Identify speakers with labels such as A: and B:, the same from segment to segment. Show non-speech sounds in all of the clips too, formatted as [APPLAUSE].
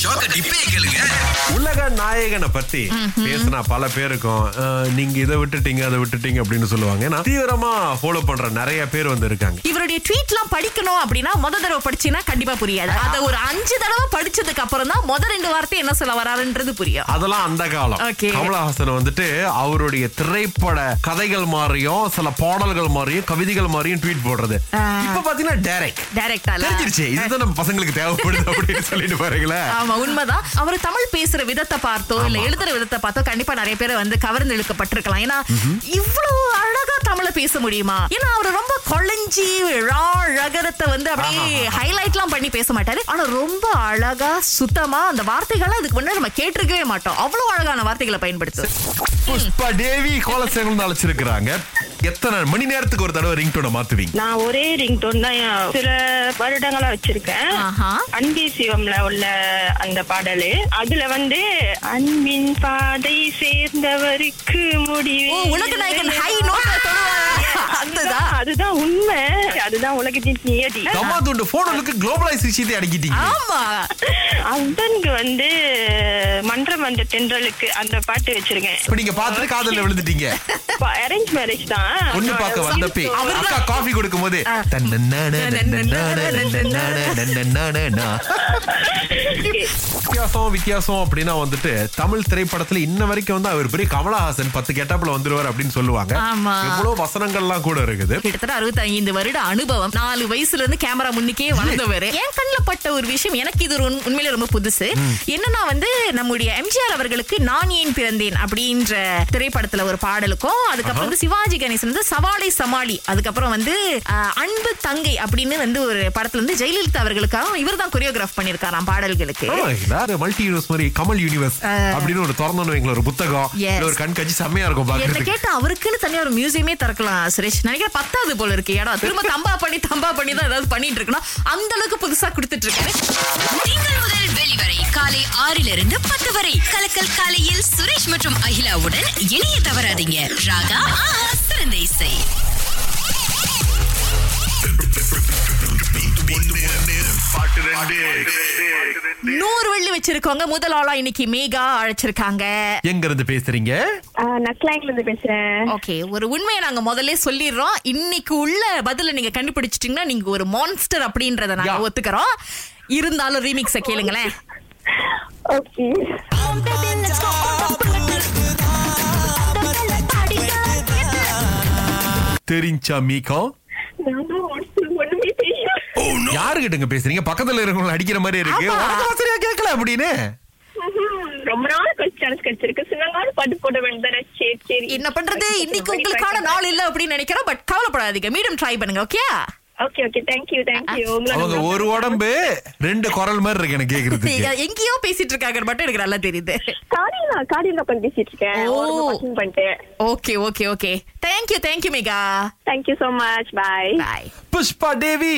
A: ஷோக்க டிப்பே கேளுங்க
B: உலக நாயகனை பத்தி பேசினா பல பேருக்கும் அஹ், நீங்க இதை விட்டுட்டீங்க அதை விட்டுட்டீங்க அப்படின்னு சொல்லுவாங்க ஏன்னா தீவிரமா ஃபாலோ பண்ற நிறைய பேர் வந்து இருக்காங்க
C: இவருடைய ட்வீட்லாம் படிக்கணும் அப்படின்னா முத தடவை படிச்சீங்கன்னா கண்டிப்பா புரியாது அதை ஒரு அஞ்சு தடவை படிச்சதுக்கு அப்புறம் தான் முத ரெண்டு வார்த்தை என்ன சொல்ல வராருன்றது புரியும்
B: அதெல்லாம் அந்த காலம்
C: Okay.
B: கமலஹாசன் வந்துட்டு அவருடைய திரைப்பட கதைகள் மாதிரியும் சில பாடல்கள் மாதிரியும் கவிதைகள் மாதிரியும் ட்வீட் போடுறது இப்ப பாத்தீங்கன்னா டேரக்ட்
C: டைரக்டா
B: தெரிஞ்சிருச்சு இதுதான் நம்ம பசங்களுக்கு தேவைப்படுது அப்படின்னு சொல்லிட்டு பாருங்களேன்
C: ஆமா உண்மைதான் அவர் தமிழ் பேசுற விதத்தை பார்த்தோ இல்ல எழுதுற விதத்தை பார்த்தோ கண்டிப்பா நிறைய பேர் வந்து கவர்ந்து இழுக்கப்பட்டிருக்கலாம் ஏன்னா இவ்வளவு அழகா தமிழ பேச முடியுமா ஏன்னா அவர் ரொம்ப கொலைஞ்சி ரா ரகரத்தை வந்து அப்படியே ஹைலைட்லாம் பண்ணி பேச மாட்டாரு ஆனா ரொம்ப அழகா சுத்தமா அந்த வார்த்தைகளை அதுக்கு முன்னாடி நம்ம கேட்டிருக்கவே மாட்டோம் அவ்வளவு அழகான வார்த்தைகளை பயன்படுத்து
B: புஷ்பா தேவி கோலசேகரம் அழைச்சிருக்கிறாங்க எத்தனை மணி நேரத்துக்கு ஒரு தடவை ரிங் டோனை மாத்துவீங்க
D: நான் ஒரே ரிங் டோன் தான் சில வருடங்களா வச்சிருக்கேன்
C: ஆஹா.
D: அன்பே சிவம்ல உள்ள அந்த பாடலு அதுல வந்து அன்பின் பாதை சேர்ந்தவருக்கு முடிவு
C: ஓ உலக நாயகன் ஹை நோட்ல
D: அதுதான்,
C: தொடுவாரா
D: அதுதான் உண்மை அதுதான் உலகத்தின் நியதி
B: தம்மா துண்டு போனுக்கு குளோபலைஸ் விஷயத்தை அடக்கிட்டீங்க
C: ஆமா
D: அவனுக்கு வந்து மன்றம் வந்த தென்றலுக்கு அந்த பாட்டு வச்சிருக்கேன்
B: இப்ப நீங்க பார்த்துட்டு காதல்ல விழுந்துட்டீங்க
D: அரேஞ்ச் மேரேஜ் தான்
B: பொண்ணு பார்க்க வந்தப்பே
C: அவர்தான்.
B: அக்கா காஃபி கொடுக்கும் போது
D: [LAUGHS]
B: வித்தியாசம் வித்தியாசம் அப்படின்னா வந்துட்டு தமிழ் திரைப்படத்துல இன்ன வரைக்கும் வந்து அவர் பெரிய கமலஹாசன் பத்து கெட்டப்ல வந்துருவார் அப்படின்னு சொல்லுவாங்க
C: ஆமா.
B: எவ்வளவு வசனங்கள்லாம் கூட இருக்குது
C: கிட்டத்தட்ட அறுபத்தைந்து வருட அனுபவம் நாலு வயசுல இருந்து கேமரா முன்னுக்கே வளர்ந்தவர் என் கண்ணில் பட்ட ஒரு விஷயம் எனக்கு இது ஒரு உண்- உண்மையில ரொம்ப புதுசு என்னன்னா வந்து நம்முடைய எம்ஜிஆர் அவர்களுக்கு நான் ஏன் பிறந்தேன் அப்படின்ற திரைப்படத்துல ஒரு பாடலுக்கும் அதுக்கப்புறம் வந்து சிவாஜி கணேசன் வந்து சவாலை சமாளி அதுக்கப்புறம் வந்து அஹ், அன்பு தங்கை அப்படின்னு வந்து ஒரு படத்துல வந்து ஜெயலலிதா அவர்களுக்காக இவர்தான் தான் கொரியோகிராஃப் பண்ணியிருக்காராம் பாடல்களுக்கு
B: ஆமா, வேற மல்டி யூனிவர்ஸ் மாதிரி கமல் யூனிவர்ஸ் அப்படின்னு ஒரு திறந்தோன்னு வைங்களேன், ஒரு புத்தகம்
C: Yes.
B: இல்ல ஒரு கண்காட்சி செம்மையா இருக்கும்
C: என்ன
B: பாக்குறதுக்கு
C: கேட்டா அவருக்குன்னு தனியா ஒரு மியூசியமே திறக்கலாம் சுரேஷ் நினைக்கிற பத்தாவது போல இருக்கு இடம் திரும்ப தம்பா பண்ணி தம்பா பண்ணி தான் ஏதாவது பண்ணிட்டு இருக்கணும் அந்த அளவுக்கு புதுசா கொடுத்துட்டு இருக்காரு
E: திங்கள் முதல் வெளிவரை காலை ஆறிலிருந்து பத்து வரை கலக்கல் காலையில் சுரேஷ் மற்றும் அகிலாவுடன் இணைய தவறாதீங்க ராகா ஆஹா சிறந்த இசை
C: நூறு வெள்ளி வச்சிருக்கவங்க முதல் ஆளா இன்னைக்கு மேகா அழைச்சிருக்காங்க
B: எங்க இருந்து பேசுறீங்க
D: நக்லாங்ல இருந்து பேசுறேன்
C: ஓகே ஒரு உண்மையை நாங்க முதல்ல சொல்லிடுறோம் இன்னைக்கு உள்ள பதில நீங்க கண்டுபிடிச்சிட்டீங்கன்னா நீங்க ஒரு மான்ஸ்டர் அப்படின்றத நாங்க
B: Yeah.
C: ஒத்துக்கிறோம் இருந்தாலும் ரீமிக்ஸ கேளுங்களேன்
D: ஓகே
B: தெரிஞ்சா மீகா
D: ஒண்ணுமே தெரியும்
B: யாருகிட்டங்க பேசுறீங்க பக்கத்துல இருக்கவங்களை அடிக்கிற மாதிரி இருக்கு
C: ஆமா.
B: உனக்கு சரியா கேட்கல அப்படின்னு
D: ரொம்ப நாள் கழிச்சு சான்ஸ் கிடைச்சிருக்கு சின்ன நாள் பாட்டு போட வேண்டியதானே சரி சரி
C: என்ன பண்றது இன்னைக்கு உங்களுக்கான நாள் இல்ல அப்படின்னு நினைக்கிறோம் பட் கவலைப்படாதீங்க மீடியம் ட்ரை பண்ணுங்க okay
D: okay okay thank you thank you
B: அவங்க ஒரு உடம்பு ரெண்டு குரல் மாதிரி இருக்கு எனக்கு
C: [LAUGHS]
B: கேக்குறதுக்கு
C: எங்கேயோ பேசிட்டு இருக்காங்க மட்டும் எனக்கு நல்லா தெரியுது
D: காடியில் காடியில் உட்காந்து பேசிட்டு இருக்கேன்
C: ஓ.
D: ஒரு பசங்க பண்ணிட்டு
C: okay okay okay thank you thank you Megha
D: thank you so much bye
C: bye
B: Pushpa Devi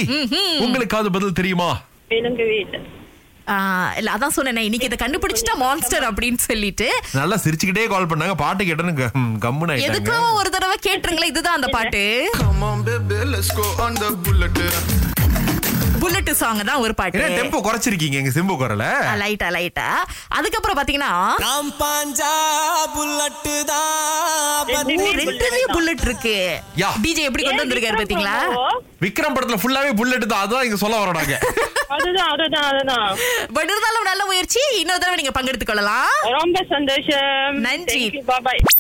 B: உங்களுக்காவது பதில் தெரியுமா
D: வேணுங்க வீட்டு
C: Ah, இல்ல அதான் சொன்னேனே இன்னைக்கு இதை கண்டுபிடிச்சிட்டா மான்ஸ்டர் அப்படின்னு சொல்லிட்டு
B: நல்லா சிரிச்சுக்கிட்டே கால் பண்ணாங்க பாட்டு கேட்டேன்னு க- ம், கம்முன்னு ஆயிட்டாங்க
C: எதுக்கும் ஒரு தடவை கேட்டுருங்களேன் இதுதான் அந்த பாட்டு
F: Come on, baby, let's go on the bullet.
C: Bullet song தான் ஒரு
B: என்ன
C: பாட்டு
B: டெம்போ குறைச்சிருக்கீங்க எங்க சிம்பு குரல
C: லைட்டா லைட்டா அதுக்கப்புறம் பாத்தீங்கன்னா
G: நாம் பாஞ்சா புல்லட்டு
C: ரெண்டுலயும் புல்லட் இருக்கு
B: யா.
C: டிஜே எப்படி கொண்டு வந்திருக்காரு பாத்தீங்களா
B: விக்ரம் படத்துல ஃபுல்லாவே புல்லட் தான் அதான் இங்க சொல்ல வரோடாங்க
D: அதுதான் அதுதான் அதுதான்
C: பட் இருந்தாலும் நல்ல முயற்சி இன்னொரு தடவை நீங்க பங்கெடுத்துக் கொள்ளலாம்
D: ரொம்ப சந்தோஷம்
C: நன்றி.
D: பாபாய்